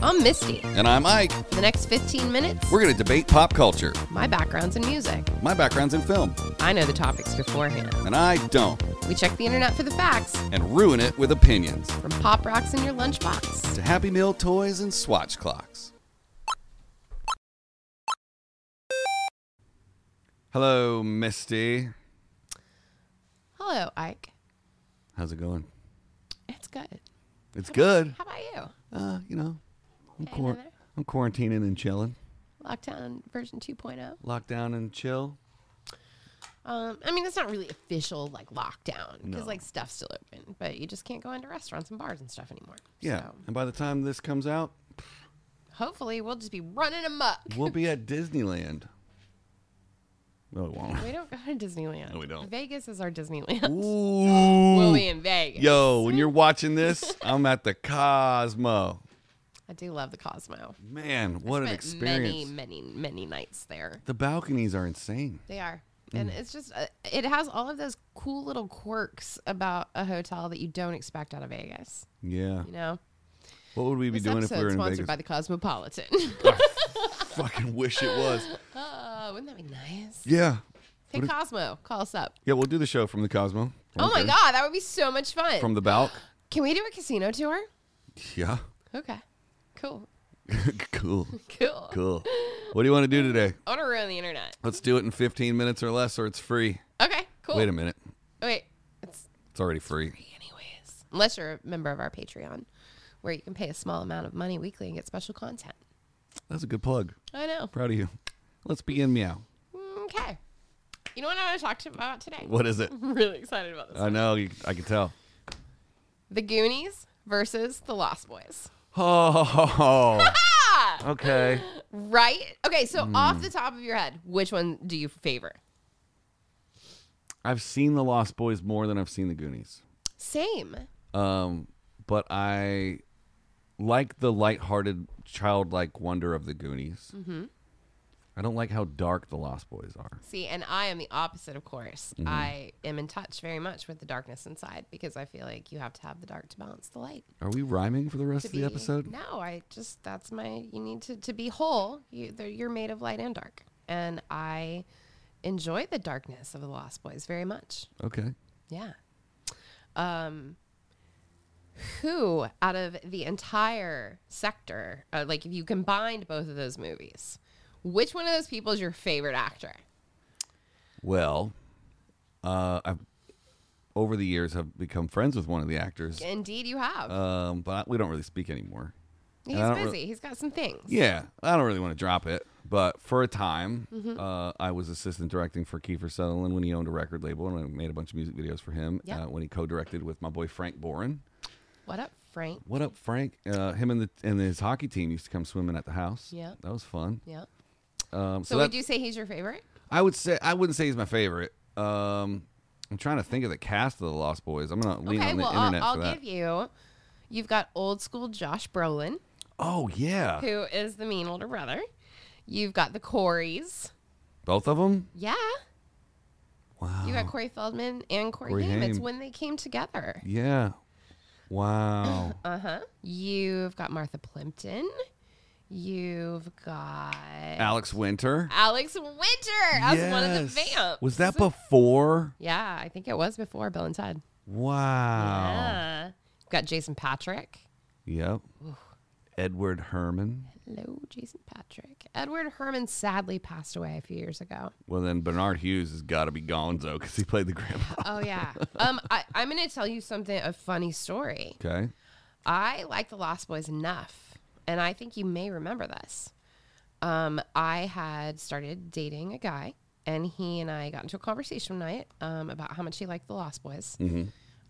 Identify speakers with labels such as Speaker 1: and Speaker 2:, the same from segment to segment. Speaker 1: I'm Misty.
Speaker 2: And I'm Ike.
Speaker 1: For the next 15 minutes,
Speaker 2: We're going to debate pop culture.
Speaker 1: my background's in music.
Speaker 2: My background's in film,
Speaker 1: I know the topics beforehand.
Speaker 2: and I don't,
Speaker 1: We check the internet for the facts,
Speaker 2: and ruin it with opinions.
Speaker 1: from pop rocks in your lunchbox.
Speaker 2: To Happy Meal toys and swatch clocks. Hello, Misty.
Speaker 1: Hello, Ike.
Speaker 2: How's it going?
Speaker 1: It's good.
Speaker 2: It's good.
Speaker 1: How about you?
Speaker 2: Uh, you know, I'm,
Speaker 1: Hey,
Speaker 2: quar-
Speaker 1: brother.
Speaker 2: I'm quarantining and chilling.
Speaker 1: Lockdown version 2.0.
Speaker 2: Lockdown and chill.
Speaker 1: Um, I mean, it's not really official like lockdown because
Speaker 2: No.
Speaker 1: like stuff's still open, but you just can't go into restaurants and bars and stuff anymore.
Speaker 2: Yeah.
Speaker 1: So,
Speaker 2: And by the time this comes out,
Speaker 1: hopefully, we'll just be running amok.
Speaker 2: we'll be at Disneyland. No, we won't.
Speaker 1: We don't go to Disneyland.
Speaker 2: No, we don't.
Speaker 1: Vegas is our Disneyland.
Speaker 2: Ooh.
Speaker 1: We'll be in Vegas.
Speaker 2: Yo, when you're watching this, I'm at the Cosmo.
Speaker 1: I do love the Cosmo.
Speaker 2: Man, what an
Speaker 1: Spent
Speaker 2: experience.
Speaker 1: Many, many, many nights there.
Speaker 2: The balconies are insane.
Speaker 1: They are. And
Speaker 2: Mm.
Speaker 1: it's just, uh, it has all of those cool little quirks about a hotel that you don't expect out of Vegas.
Speaker 2: Yeah.
Speaker 1: You know?
Speaker 2: What would we be
Speaker 1: This
Speaker 2: doing if
Speaker 1: episode
Speaker 2: we were in
Speaker 1: sponsored
Speaker 2: Vegas?
Speaker 1: by the Cosmopolitan.
Speaker 2: Fucking wish it was.
Speaker 1: oh, wouldn't that be nice?
Speaker 2: Yeah.
Speaker 1: Hey, Cosmo, call us up.
Speaker 2: Yeah, we'll do the show from the Cosmo.
Speaker 1: Oh my
Speaker 2: Okay.
Speaker 1: God, that would be so much fun.
Speaker 2: From the Balc.
Speaker 1: Can we do a casino tour?
Speaker 2: Yeah.
Speaker 1: Okay. Cool.
Speaker 2: cool.
Speaker 1: Cool.
Speaker 2: Cool. What do you want to do today?
Speaker 1: I want to ruin the internet.
Speaker 2: Let's do it in 15 minutes or less, or it's free.
Speaker 1: Okay, cool.
Speaker 2: Wait a minute.
Speaker 1: Wait. It's
Speaker 2: It's already free.
Speaker 1: anyways. Unless you're a member of our Patreon, where you can pay a small amount of money weekly and get special content.
Speaker 2: That's a good plug.
Speaker 1: I know.
Speaker 2: Proud of you. Let's begin meow.
Speaker 1: Okay. You know what I want to talk to you about today?
Speaker 2: What Uh, is it?
Speaker 1: I'm really excited about this.
Speaker 2: I know. You, I can tell.
Speaker 1: the Goonies versus the Lost Boys.
Speaker 2: Oh,
Speaker 1: Ah!
Speaker 2: okay.
Speaker 1: Right? Okay, so
Speaker 2: Hmm.
Speaker 1: off the top of your head, which one do you favor?
Speaker 2: I've seen The Lost Boys more than I've seen The Goonies,
Speaker 1: Same.
Speaker 2: um, but I like the lighthearted, childlike wonder of The Goonies. Mm-hmm. I don't like how dark The Lost Boys are.
Speaker 1: See, and I am the opposite, of course.
Speaker 2: Mm-hmm.
Speaker 1: I am in touch very much with the darkness inside because I feel like you have to have the dark to balance the light.
Speaker 2: Are we rhyming for the rest
Speaker 1: To
Speaker 2: of the episode?
Speaker 1: No, I just that's my. You need to to be whole. You they're- you're made of light and dark, and I enjoy the darkness of the Lost Boys very much.
Speaker 2: Okay.
Speaker 1: Yeah. Um, who out of the entire sector, uh, like if you combined both of those movies, which one of those people is your favorite actor?
Speaker 2: Well, uh, I've over the years have become friends with one of the actors,
Speaker 1: Indeed, you have.
Speaker 2: um, but we don't really speak anymore.
Speaker 1: He's
Speaker 2: I don't
Speaker 1: busy.
Speaker 2: really-
Speaker 1: He's got some things.
Speaker 2: Yeah, I don't really want to drop it, but for a time,
Speaker 1: Mm-hmm.
Speaker 2: uh, I was assistant directing for Kiefer Sutherland when he owned a record label, and I made a bunch of music videos for him.
Speaker 1: Yeah.
Speaker 2: Uh, when he co-directed with my boy Frank Boren.
Speaker 1: What up, Frank?
Speaker 2: What up, Frank? Uh, him and the and his hockey team used to come swimming at the house.
Speaker 1: Yeah.
Speaker 2: that was fun.
Speaker 1: Yeah.
Speaker 2: Um, so
Speaker 1: So,
Speaker 2: that,
Speaker 1: would you say he's your favorite?
Speaker 2: I would say I wouldn't say he's my favorite. Um, I'm trying to think of the cast of the Lost Boys. I'm gonna lean
Speaker 1: Okay,
Speaker 2: on the
Speaker 1: well,
Speaker 2: internet
Speaker 1: I'll, I'll
Speaker 2: for that.
Speaker 1: give you. You've got old school Josh Brolin,
Speaker 2: oh yeah,
Speaker 1: who is the mean older brother. You've got the Coreys.
Speaker 2: both of them.
Speaker 1: Yeah.
Speaker 2: Wow.
Speaker 1: You got Corey Feldman and Corey,
Speaker 2: Corey
Speaker 1: Haim. It's
Speaker 2: Haim.
Speaker 1: when they came together.
Speaker 2: yeah. Wow.
Speaker 1: Uh huh. You've got Martha Plimpton. You've got
Speaker 2: Alex Winter.
Speaker 1: Alex Winter as one of the
Speaker 2: Yes.
Speaker 1: vamps.
Speaker 2: Was that before?
Speaker 1: Yeah, I think it was before Bill and Ted.
Speaker 2: Wow.
Speaker 1: Yeah. You've got Jason Patrick.
Speaker 2: Yep. Edward Herman.
Speaker 1: Hello, Jason Patrick. Edward Herman sadly passed away a few years ago.
Speaker 2: Well, then Bernard Hughes has got to be Gonzo because he played the grandpa.
Speaker 1: Oh yeah. um, I, I'm gonna tell you something a funny story.
Speaker 2: Okay.
Speaker 1: I like the Lost Boys enough, and I think you may remember this. Um, I had started dating a guy, and he and I got into a conversation one night um, about how much he liked the Lost Boys.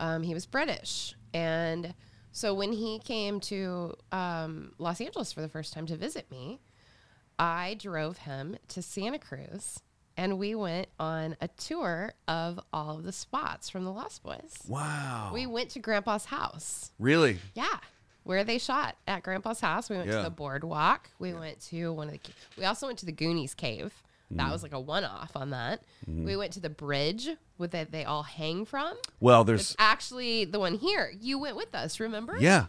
Speaker 1: Um, he was British, and so when he came to um, Los Angeles for the first time to visit me, I drove him to Santa Cruz, and we went on a tour of all of the spots from the Lost Boys.
Speaker 2: Wow.
Speaker 1: We went to Grandpa's house.
Speaker 2: really?
Speaker 1: Yeah. Where they shot at grandpa's house. We went
Speaker 2: Yeah.
Speaker 1: to the boardwalk. We went to one of the ca- we also went to the Goonies cave. That
Speaker 2: Mm.
Speaker 1: was like a one off on that.
Speaker 2: Mm-hmm.
Speaker 1: We went to the bridge with that they all hang from.
Speaker 2: Well, there's.
Speaker 1: Actually the one here. You went with us, remember?
Speaker 2: Yeah.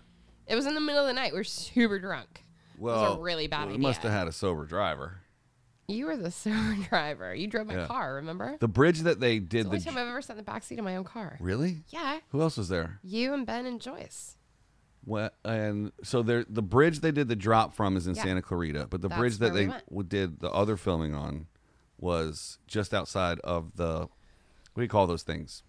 Speaker 1: It was in the middle of the night. We are super drunk.
Speaker 2: Well,
Speaker 1: really bad
Speaker 2: He must have
Speaker 1: idea.
Speaker 2: had a sober driver.
Speaker 1: You were the sober driver. You drove my
Speaker 2: Yeah.
Speaker 1: car, remember?
Speaker 2: The bridge that they
Speaker 1: It's
Speaker 2: did
Speaker 1: the
Speaker 2: the
Speaker 1: only time I've ever sat in the back seat of my own car.
Speaker 2: really.
Speaker 1: Yeah.
Speaker 2: Who else was there?
Speaker 1: You and Ben and Joyce.
Speaker 2: Well, and so there, the bridge they did the drop from is in
Speaker 1: Yeah.
Speaker 2: Santa Clarita, but the
Speaker 1: That's
Speaker 2: bridge that
Speaker 1: where we
Speaker 2: they
Speaker 1: went.
Speaker 2: w- did the other filming on was just outside of the what do you call those things?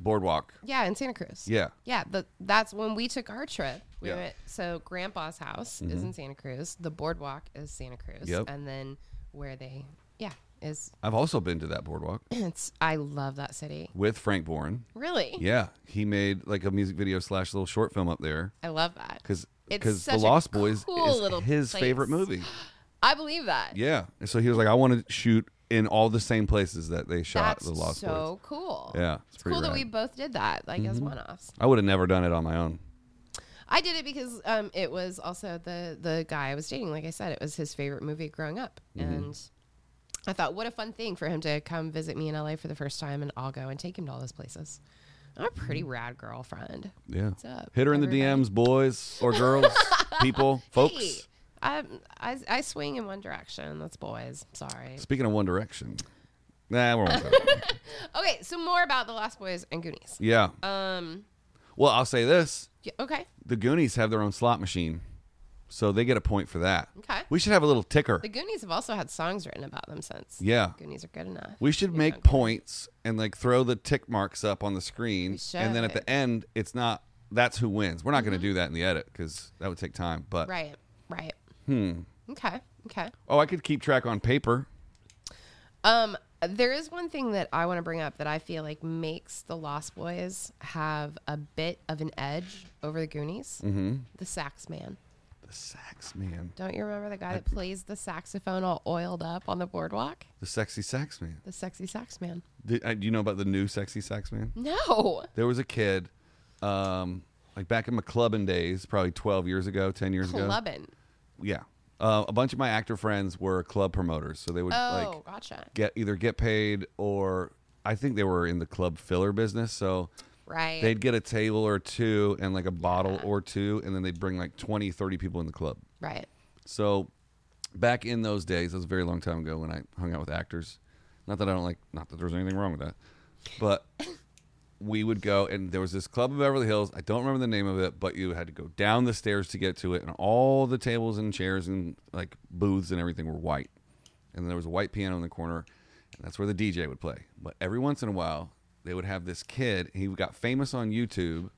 Speaker 2: Boardwalk.
Speaker 1: Yeah, in Santa Cruz.
Speaker 2: Yeah.
Speaker 1: Yeah, the, that's when we took our trip. We
Speaker 2: Yeah. Mm-hmm.
Speaker 1: went, so Grandpa's house is in Santa Cruz. The boardwalk is Santa Cruz,
Speaker 2: Yep.
Speaker 1: and then where they, yeah, is
Speaker 2: I've also been to that boardwalk
Speaker 1: it's. I love that city.
Speaker 2: with Frank Bourne.
Speaker 1: Really,
Speaker 2: Yeah, he made like a music video slash little short film up there
Speaker 1: I love that.
Speaker 2: because
Speaker 1: It's
Speaker 2: because The
Speaker 1: such a
Speaker 2: Lost Boys
Speaker 1: cool little
Speaker 2: is his
Speaker 1: place.
Speaker 2: favorite movie.
Speaker 1: I believe that.
Speaker 2: Yeah, and so he was like, I want to shoot in all the same places that they shot
Speaker 1: that's
Speaker 2: The Lost Boys.
Speaker 1: so cool.
Speaker 2: Yeah, it's
Speaker 1: it's,
Speaker 2: pretty
Speaker 1: cool that
Speaker 2: rad. Mm-hmm.
Speaker 1: we both did that, like as one-offs.
Speaker 2: I would have never done it on my own.
Speaker 1: I did it because um, it was also the the guy I was dating. Like I said, it was his favorite movie growing up,
Speaker 2: Mm-hmm.
Speaker 1: and I thought, what a fun thing for him to come visit me in LA for the first time, and I'll go and take him to all those places. I'm a pretty rad girlfriend.
Speaker 2: Yeah.
Speaker 1: up,
Speaker 2: Mm-hmm. Hit her in
Speaker 1: everybody?
Speaker 2: the DMs, boys or girls, people, folks.
Speaker 1: Hey, I'm- I, I swing in one direction. That's boys. Sorry.
Speaker 2: Speaking of One Direction, nah, we're on. that.
Speaker 1: Okay, so more about the Lost Boys and Goonies.
Speaker 2: yeah.
Speaker 1: Um.
Speaker 2: Well, I'll say this:
Speaker 1: yeah, okay.
Speaker 2: the Goonies have their own slot machine, so they get a point for that.
Speaker 1: Okay.
Speaker 2: We should have a little ticker.
Speaker 1: The Goonies have also had songs written about them since.
Speaker 2: Yeah.
Speaker 1: Goonies are good enough.
Speaker 2: We should make points and like throw the tick marks up on the screen, and then at
Speaker 1: should. Mm-hmm.
Speaker 2: the end, it's not. That's who wins. We're not going to do that in the edit because that would take time. But
Speaker 1: right. Right. Hmm. Okay. Okay.
Speaker 2: oh, I could keep track on paper.
Speaker 1: Um, there is one thing that I want to bring up that I feel like makes the Lost Boys have a bit of an edge over the Goonies. Mm-hmm. The sax man.
Speaker 2: The sax man,
Speaker 1: Don't you remember the guy that plays the saxophone all oiled up on the boardwalk?
Speaker 2: the sexy sax man.
Speaker 1: The sexy sax man.
Speaker 2: Did, uh, do you know about the new sexy sax man?
Speaker 1: No.
Speaker 2: there was a kid, um, like back in my clubbing days, probably 12 years ago, 10 years ago.
Speaker 1: Clubbin.
Speaker 2: Yeah. Uh, a bunch of my actor friends were club promoters. So they would
Speaker 1: Oh,
Speaker 2: like
Speaker 1: gotcha.
Speaker 2: get either get paid or I think they were in the club filler business. So
Speaker 1: Right.
Speaker 2: they'd get a table or two and like a bottle or two. And then they'd bring like 20, 30 people in the club.
Speaker 1: right.
Speaker 2: So back in those days, that was a very long time ago when I hung out with actors. Not that I don't like, not that there's anything wrong with that, but we would go and there was this club in Beverly Hills. I don't remember the name of it, but you had to go down the stairs to get to it, and all the tables and chairs and like booths and everything were white. And there was a white piano in the corner, and that's where the DJ would play. But every once in a while, they would have this kid. He got famous on YouTube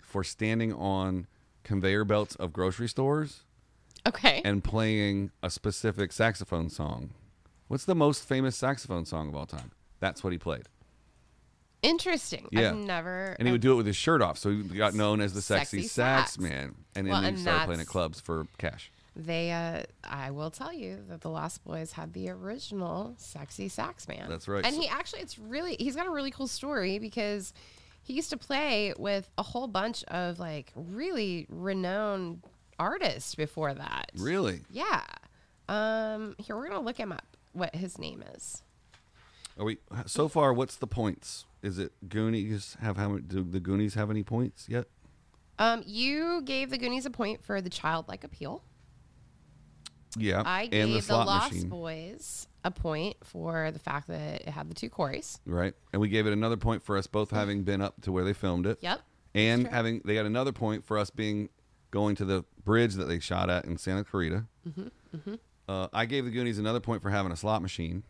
Speaker 2: for standing on conveyor belts of grocery stores
Speaker 1: Okay.
Speaker 2: and playing a specific saxophone song. What's the most famous saxophone song of all time? That's what he played.
Speaker 1: Interesting.
Speaker 2: Yeah.
Speaker 1: I've never.
Speaker 2: And he would do it with his shirt off, so he got known as the sexy,
Speaker 1: Sexy
Speaker 2: sax,
Speaker 1: sax.
Speaker 2: man. And then
Speaker 1: Well,
Speaker 2: he
Speaker 1: and
Speaker 2: started playing
Speaker 1: that's-
Speaker 2: at clubs for cash.
Speaker 1: They. Uh, I will tell you that the Lost Boys had the original sexy sax man.
Speaker 2: That's right.
Speaker 1: And
Speaker 2: So-
Speaker 1: he actually, it's really. He's got a really cool story because he used to play with a whole bunch of like really renowned artists before that.
Speaker 2: Really?
Speaker 1: Yeah. Um. Here we're gonna look him up. What his name is.
Speaker 2: Are we so far? What's the points? Is it Goonies have how many? Do the Goonies have any points yet?
Speaker 1: Um. You gave the Goonies a point for the childlike appeal.
Speaker 2: Yeah,
Speaker 1: I
Speaker 2: and
Speaker 1: gave
Speaker 2: the
Speaker 1: the,
Speaker 2: slot
Speaker 1: Lost
Speaker 2: machine,
Speaker 1: Boys a point for the fact that it had the two Corys.
Speaker 2: right? And we gave it another point for us both having been up to where they filmed it.
Speaker 1: Yep.
Speaker 2: and
Speaker 1: That's true.
Speaker 2: having they got another point for us being going to the bridge that they shot at in Santa Clarita.
Speaker 1: Mm-hmm,
Speaker 2: Uh, I gave the Goonies another point for having a slot machine.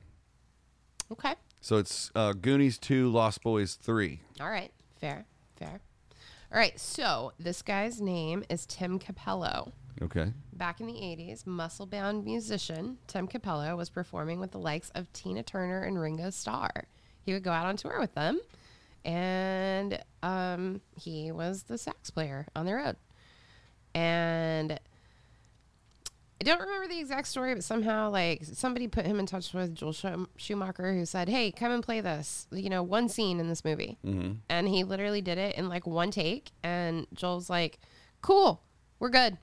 Speaker 1: Okay.
Speaker 2: So it's uh, Goonies two, Lost Boys three.
Speaker 1: All right. Fair. Fair. All right. So this guy's name is Tim Capello.
Speaker 2: Okay,
Speaker 1: Back in the 80s, muscle bound musician Tim Capello was performing with the likes of Tina Turner and Ringo Starr. He would go out on tour with them, and um, he was the sax player on the road. And I don't remember the exact story, but somehow, like, somebody put him in touch with Joel Schum- Schumacher, who said, Hey, come and play this, you know, one scene in this movie. Mm-hmm. And he literally did it in like one take. And Joel's like, Cool, we're good.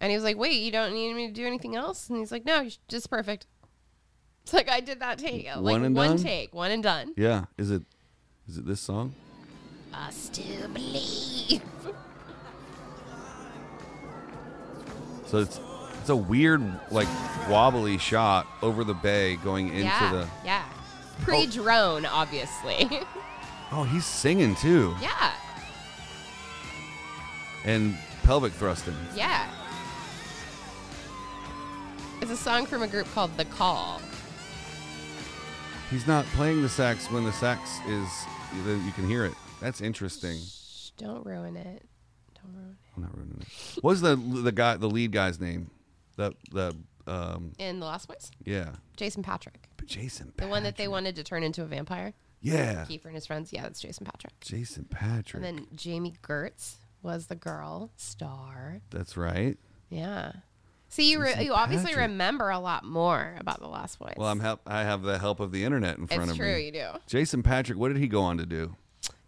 Speaker 1: And he was like, Wait, you don't need me to do anything else? And he's like, No, you're just perfect. It's like, I did that take. Like,
Speaker 2: One and
Speaker 1: one
Speaker 2: done?
Speaker 1: take, one and done.
Speaker 2: yeah. Is it is it this song?
Speaker 1: I still believe.
Speaker 2: So it's It's a weird, like wobbly shot over the bay going into
Speaker 1: yeah,
Speaker 2: the.
Speaker 1: yeah. Pre drone, obviously.
Speaker 2: Oh, he's singing too,
Speaker 1: yeah,
Speaker 2: and pelvic thrusting.
Speaker 1: yeah. It's a song from a group called The Call.
Speaker 2: He's not playing the sax when the sax is. You can hear it. That's interesting.
Speaker 1: Shh, don't ruin it. Don't ruin
Speaker 2: I'm not ruining it. What's the the guy the lead guy's name? The the um
Speaker 1: it. In The Lost Boys?
Speaker 2: yeah.
Speaker 1: Jason Patrick.
Speaker 2: But Jason.
Speaker 1: The
Speaker 2: Patrick.
Speaker 1: one that they wanted to turn into a vampire.
Speaker 2: Yeah.
Speaker 1: Kiefer and his friends. Yeah, that's Jason Patrick.
Speaker 2: Jason Patrick.
Speaker 1: And then Jamie Gertz was the girl star.
Speaker 2: That's right.
Speaker 1: Yeah. See, you, re-
Speaker 2: Jason
Speaker 1: you obviously
Speaker 2: Patrick.
Speaker 1: remember a lot more about The Lost Boys.
Speaker 2: Well, I'm help. I have the help of the internet in front
Speaker 1: it's
Speaker 2: of
Speaker 1: true,
Speaker 2: me.
Speaker 1: you do.
Speaker 2: Jason Patrick. What did he go on to do?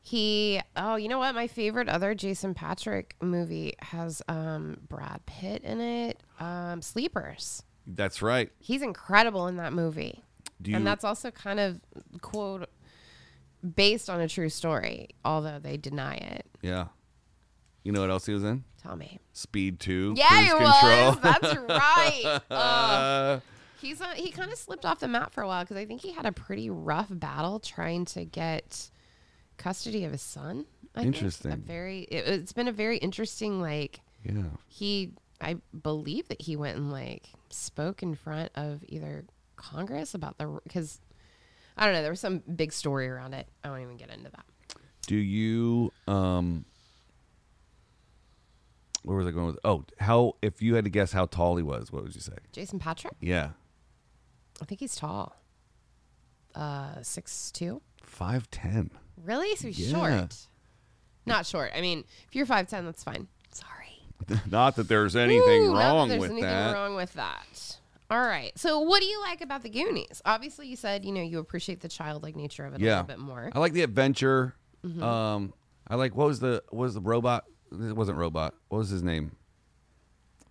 Speaker 1: He, oh, you know what? My favorite other Jason Patrick movie has um, Brad Pitt in it. Um, Sleepers.
Speaker 2: That's right.
Speaker 1: He's incredible in that movie,
Speaker 2: Do you?
Speaker 1: and that's also kind of quote based on a true story, although they deny it.
Speaker 2: yeah. You know what else he was in?
Speaker 1: Tell me.
Speaker 2: Speed Two.
Speaker 1: Yeah,
Speaker 2: Cruise
Speaker 1: he
Speaker 2: Control.
Speaker 1: was. That's right. Ugh.
Speaker 2: Uh,
Speaker 1: He's on, he kind of slipped off the map for a while because I think he had a pretty rough battle trying to get custody of his son. I think. A
Speaker 2: Interesting.
Speaker 1: very it, it's been a very interesting like
Speaker 2: yeah.
Speaker 1: he I believe that he went and like spoke in front of either Congress about the because I don't know there was some big story around it. I won't even get into that.
Speaker 2: Do you um where was I going with oh how if you had to guess how tall he was, what would you say?
Speaker 1: Jason Patrick,
Speaker 2: Yeah.
Speaker 1: I think he's tall, uh, six two.
Speaker 2: Five ten.
Speaker 1: Really? So he's
Speaker 2: Yeah.
Speaker 1: short. Not short. I mean, if you're five ten, that's fine. Sorry.
Speaker 2: not that there's anything
Speaker 1: Ooh, not that
Speaker 2: wrong
Speaker 1: there's
Speaker 2: with
Speaker 1: anything
Speaker 2: that.
Speaker 1: wrong with that. All right. So, what do you like about the Goonies? Obviously, you said you know you appreciate the childlike nature of it a
Speaker 2: Yeah. Uh,
Speaker 1: little bit more. Mm-hmm.
Speaker 2: I like the adventure. Um I like what was the what was the robot? It wasn't robot. What was his name?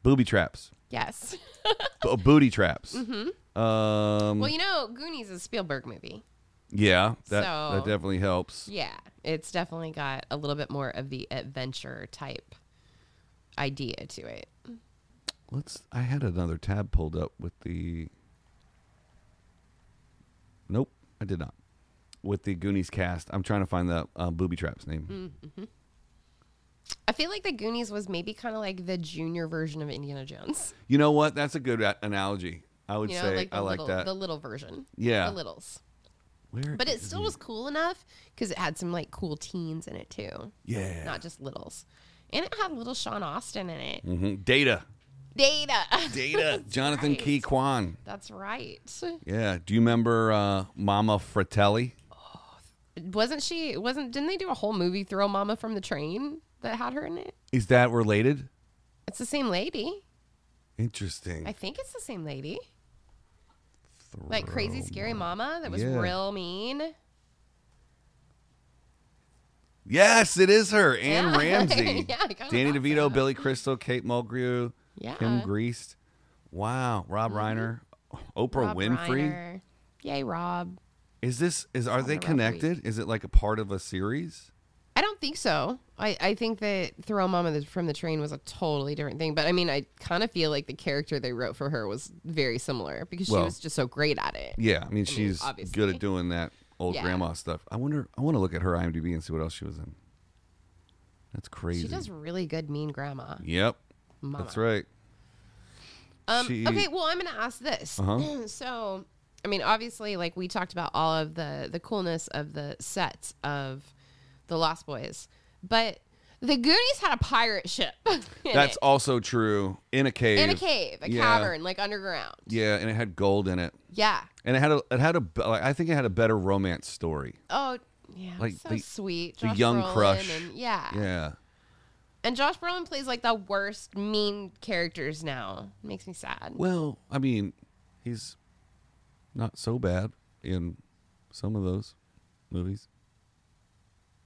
Speaker 2: Booby traps.
Speaker 1: Yes.
Speaker 2: B- uh, booty traps. Mm-hmm. Um
Speaker 1: well, you know, Goonies is a Spielberg movie.
Speaker 2: yeah, that
Speaker 1: So-
Speaker 2: that definitely helps.
Speaker 1: Yeah, it's definitely got a little bit more of the adventure type idea to it.
Speaker 2: Let's. I had another tab pulled up with the. Nope, I did not. With the Goonies cast, I'm trying to find the um, booby traps
Speaker 1: Mm-hmm.
Speaker 2: name.
Speaker 1: I feel like the Goonies was maybe kind of like the junior version of Indiana Jones.
Speaker 2: You know what? That's a good a- analogy. I would
Speaker 1: You know,
Speaker 2: say
Speaker 1: like the
Speaker 2: I like
Speaker 1: little,
Speaker 2: that.
Speaker 1: the little version.
Speaker 2: Yeah.
Speaker 1: the littles.
Speaker 2: Where
Speaker 1: But it
Speaker 2: is
Speaker 1: still
Speaker 2: he?
Speaker 1: was cool enough because it had some like cool teens in it too.
Speaker 2: Yeah.
Speaker 1: not just littles. And it had little Sean Austin in it.
Speaker 2: Mhm. Data.
Speaker 1: Data.
Speaker 2: Data. Jonathan
Speaker 1: right.
Speaker 2: Key Kwan.
Speaker 1: That's right.
Speaker 2: Yeah. Do you remember uh, Mama Fratelli?
Speaker 1: Wasn't she? Wasn't? Didn't they do a whole movie Throw Mama from the Train that had her in it?
Speaker 2: Is that related?
Speaker 1: It's the same lady.
Speaker 2: Interesting.
Speaker 1: I think it's the same lady. Like crazy
Speaker 2: Throw-
Speaker 1: scary mama that was
Speaker 2: Oh, Yeah.
Speaker 1: real mean.
Speaker 2: Yes, it is her. Anne
Speaker 1: Yeah.
Speaker 2: Ramsey.
Speaker 1: Yeah, I kinda
Speaker 2: Danny
Speaker 1: thought
Speaker 2: DeVito, Billy Crystal, Kate Mulgrew,
Speaker 1: Yeah. Mm-hmm.
Speaker 2: Kim Greased. Wow. Rob Reiner. Oprah
Speaker 1: Rob
Speaker 2: Winfrey.
Speaker 1: Reiner. Yay, Rob.
Speaker 2: Is this is are they
Speaker 1: Reiner.
Speaker 2: connected? Is it like a part of a series?
Speaker 1: I don't think so. I, I think that Throw Mama the- from the Train was a totally different thing. But I mean, I kind of feel like the character they wrote for her was very similar because she
Speaker 2: Well-
Speaker 1: was just so great at it.
Speaker 2: Yeah. I mean she's good
Speaker 1: obviously.
Speaker 2: at doing that old
Speaker 1: Yeah.
Speaker 2: grandma stuff. I wonder I want to look at her IMDb and see what else she was in. That's crazy.
Speaker 1: She does really good mean grandma.
Speaker 2: Yep.
Speaker 1: Mama.
Speaker 2: That's right.
Speaker 1: Um,
Speaker 2: She-
Speaker 1: okay, well, I'm going to ask this.
Speaker 2: Uh-huh.
Speaker 1: so, I mean, obviously, like we talked about all of the the coolness of the sets of the Lost Boys, but the Goonies had a pirate ship. in
Speaker 2: That's
Speaker 1: it.
Speaker 2: also true. In a cave.
Speaker 1: in a cave, a
Speaker 2: Yeah.
Speaker 1: cavern, like underground.
Speaker 2: Yeah, and it had gold in it.
Speaker 1: Yeah.
Speaker 2: And it had a it had a be- like, I think it had a better romance story.
Speaker 1: Oh, yeah.
Speaker 2: Like
Speaker 1: so
Speaker 2: the-
Speaker 1: sweet.
Speaker 2: the
Speaker 1: Josh
Speaker 2: young
Speaker 1: Brolin
Speaker 2: crush.
Speaker 1: And, yeah.
Speaker 2: Yeah.
Speaker 1: And Josh Brolin plays like the worst mean characters now. Makes me sad.
Speaker 2: Well, I mean, he's not so bad in some of those movies.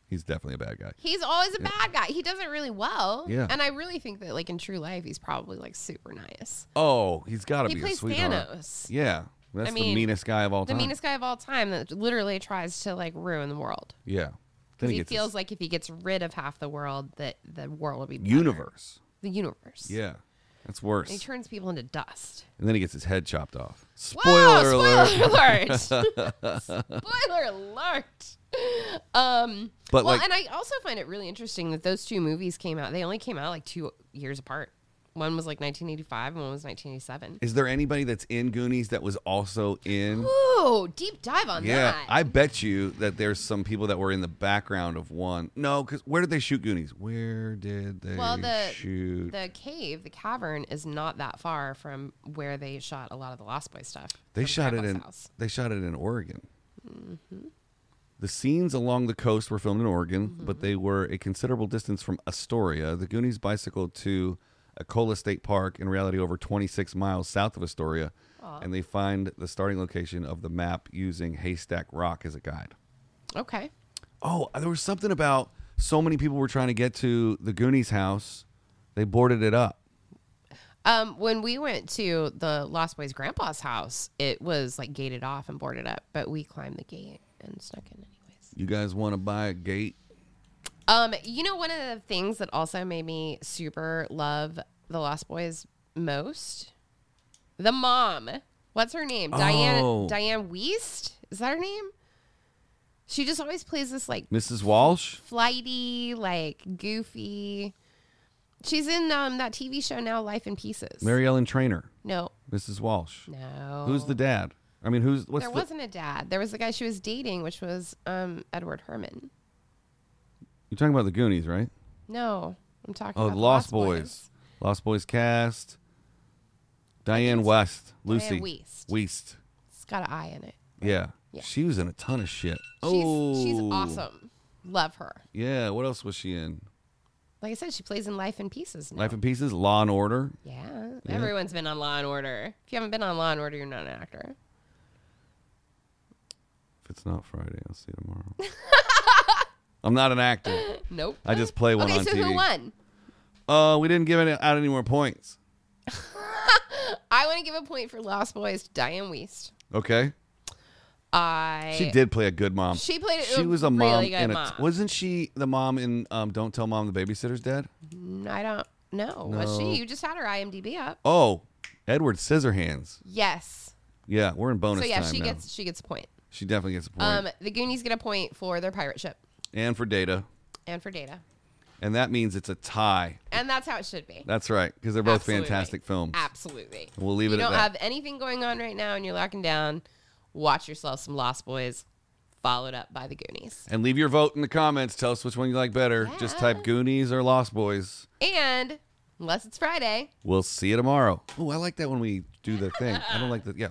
Speaker 2: He's definitely a bad guy.
Speaker 1: He's always a bad guy. He does it really well.
Speaker 2: Yeah.
Speaker 1: And I really think that like in true life, he's probably like super nice.
Speaker 2: Oh, he's got to
Speaker 1: He
Speaker 2: be a
Speaker 1: plays
Speaker 2: sweetheart.
Speaker 1: Thanos.
Speaker 2: Yeah, that's
Speaker 1: I
Speaker 2: the
Speaker 1: mean,
Speaker 2: meanest guy of all
Speaker 1: The
Speaker 2: time.
Speaker 1: meanest guy of all time that literally tries to like ruin the world.
Speaker 2: Yeah,
Speaker 1: Because
Speaker 2: then
Speaker 1: he,
Speaker 2: gets his
Speaker 1: feels like if he gets rid of half the world, that the world will be better.
Speaker 2: universe.
Speaker 1: The universe.
Speaker 2: Yeah, That's worse.
Speaker 1: He turns people into dust.
Speaker 2: and then he gets his head chopped off. Spoiler
Speaker 1: Whoa,
Speaker 2: alert.
Speaker 1: Spoiler alert. spoiler alert. Um,
Speaker 2: But,
Speaker 1: well,
Speaker 2: like-
Speaker 1: and I also find it really interesting that those two movies came out. They only came out like two years apart. One was like 1985, and one was 1987.
Speaker 2: Is there anybody that's in Goonies that was also in?
Speaker 1: Ooh, deep dive on
Speaker 2: Yeah,
Speaker 1: that.
Speaker 2: I bet you that there's some people that were in the background of one. No, because where did they shoot Goonies? Where did they
Speaker 1: well, the
Speaker 2: shoot?
Speaker 1: the cave, the cavern, is not that far from where they shot a lot of the Lost Boy stuff.
Speaker 2: they
Speaker 1: from
Speaker 2: shot it
Speaker 1: Grandpa's
Speaker 2: in.
Speaker 1: house.
Speaker 2: They shot it in Oregon. The scenes along the coast were filmed in Oregon,
Speaker 1: Mm-hmm.
Speaker 2: but they were a considerable distance from Astoria. The Goonies bicycled to Ecola State Park, in reality over 26 miles south of Astoria, and they find the starting location of the map using Haystack Rock as a guide.
Speaker 1: Okay.
Speaker 2: Oh, there was something about so many people were trying to get to the Goonies house. They boarded it up.
Speaker 1: Um, when we went to the Lost Boys grandpa's house, it was like gated off and boarded up, but we climbed the gate and snuck in anyways.
Speaker 2: You guys want to buy a gate?
Speaker 1: Um, you know, one of the things that also made me super love the Lost Boys most, the mom. What's her name?
Speaker 2: Oh.
Speaker 1: Diane Diane Weist. Is that her name? She just always plays this like
Speaker 2: Mrs. Walsh?
Speaker 1: flighty, like goofy. She's in um, that TV show now, Life in Pieces.
Speaker 2: Mary Ellen Trainer.
Speaker 1: no,
Speaker 2: Mrs. Walsh.
Speaker 1: no.
Speaker 2: Who's the dad? I mean, who's what's
Speaker 1: there
Speaker 2: the,
Speaker 1: wasn't a dad. There was the guy she was dating, which was um, Edward Herman.
Speaker 2: You're talking about the Goonies, right?
Speaker 1: No, I'm talking
Speaker 2: Oh,
Speaker 1: about the
Speaker 2: Lost Boys. Lost Boys cast. Diane West, Lucy
Speaker 1: Wiest.
Speaker 2: Wiest.
Speaker 1: It's got an eye in it.
Speaker 2: Yeah.
Speaker 1: Yeah.
Speaker 2: she was in a ton of shit.
Speaker 1: She's,
Speaker 2: oh,
Speaker 1: she's awesome. Love her.
Speaker 2: Yeah, what else was she in?
Speaker 1: Like I said, she plays in Life in Pieces. Now.
Speaker 2: Life in Pieces, Law and Order.
Speaker 1: yeah. everyone's been on Law and Order. If you haven't been on Law and Order, you're not an actor.
Speaker 2: If it's not Friday, I'll see you tomorrow. I'm not an actor.
Speaker 1: Nope.
Speaker 2: I just play one
Speaker 1: okay,
Speaker 2: on
Speaker 1: so
Speaker 2: TV.
Speaker 1: who won?
Speaker 2: Uh, we didn't give any, out any more points.
Speaker 1: I want to give a point for Lost Boys to Diane Weist.
Speaker 2: Okay,
Speaker 1: I
Speaker 2: she did play a good mom.
Speaker 1: She played a
Speaker 2: She was a mom.
Speaker 1: really good
Speaker 2: in a,
Speaker 1: mom.
Speaker 2: Wasn't she the mom in um, Don't Tell Mom the Babysitter's Dead?
Speaker 1: Mm, I don't know. Was
Speaker 2: No.
Speaker 1: she? You just had her IMDb up.
Speaker 2: Oh, Edward Scissorhands.
Speaker 1: Yes.
Speaker 2: Yeah, we're in bonus
Speaker 1: So yeah,
Speaker 2: time
Speaker 1: she
Speaker 2: now.
Speaker 1: gets she gets a point.
Speaker 2: she definitely gets a point.
Speaker 1: Um, the Goonies get a point for their pirate ship
Speaker 2: and for Data,
Speaker 1: and for Data,
Speaker 2: and that means it's a tie.
Speaker 1: and that's how it should be.
Speaker 2: That's right, because they're both
Speaker 1: Absolutely.
Speaker 2: fantastic films.
Speaker 1: Absolutely.
Speaker 2: We'll leave
Speaker 1: you
Speaker 2: it at
Speaker 1: don't
Speaker 2: that.
Speaker 1: have anything going on right now, and you're locking down. Watch yourself some Lost Boys, followed up by the Goonies.
Speaker 2: And leave your vote in the comments. Tell us which one you like better. Just
Speaker 1: Yeah.
Speaker 2: type Goonies or Lost Boys.
Speaker 1: And unless it's Friday,
Speaker 2: We'll see you tomorrow. Oh, I like that when we do the thing. I don't like that. Yeah.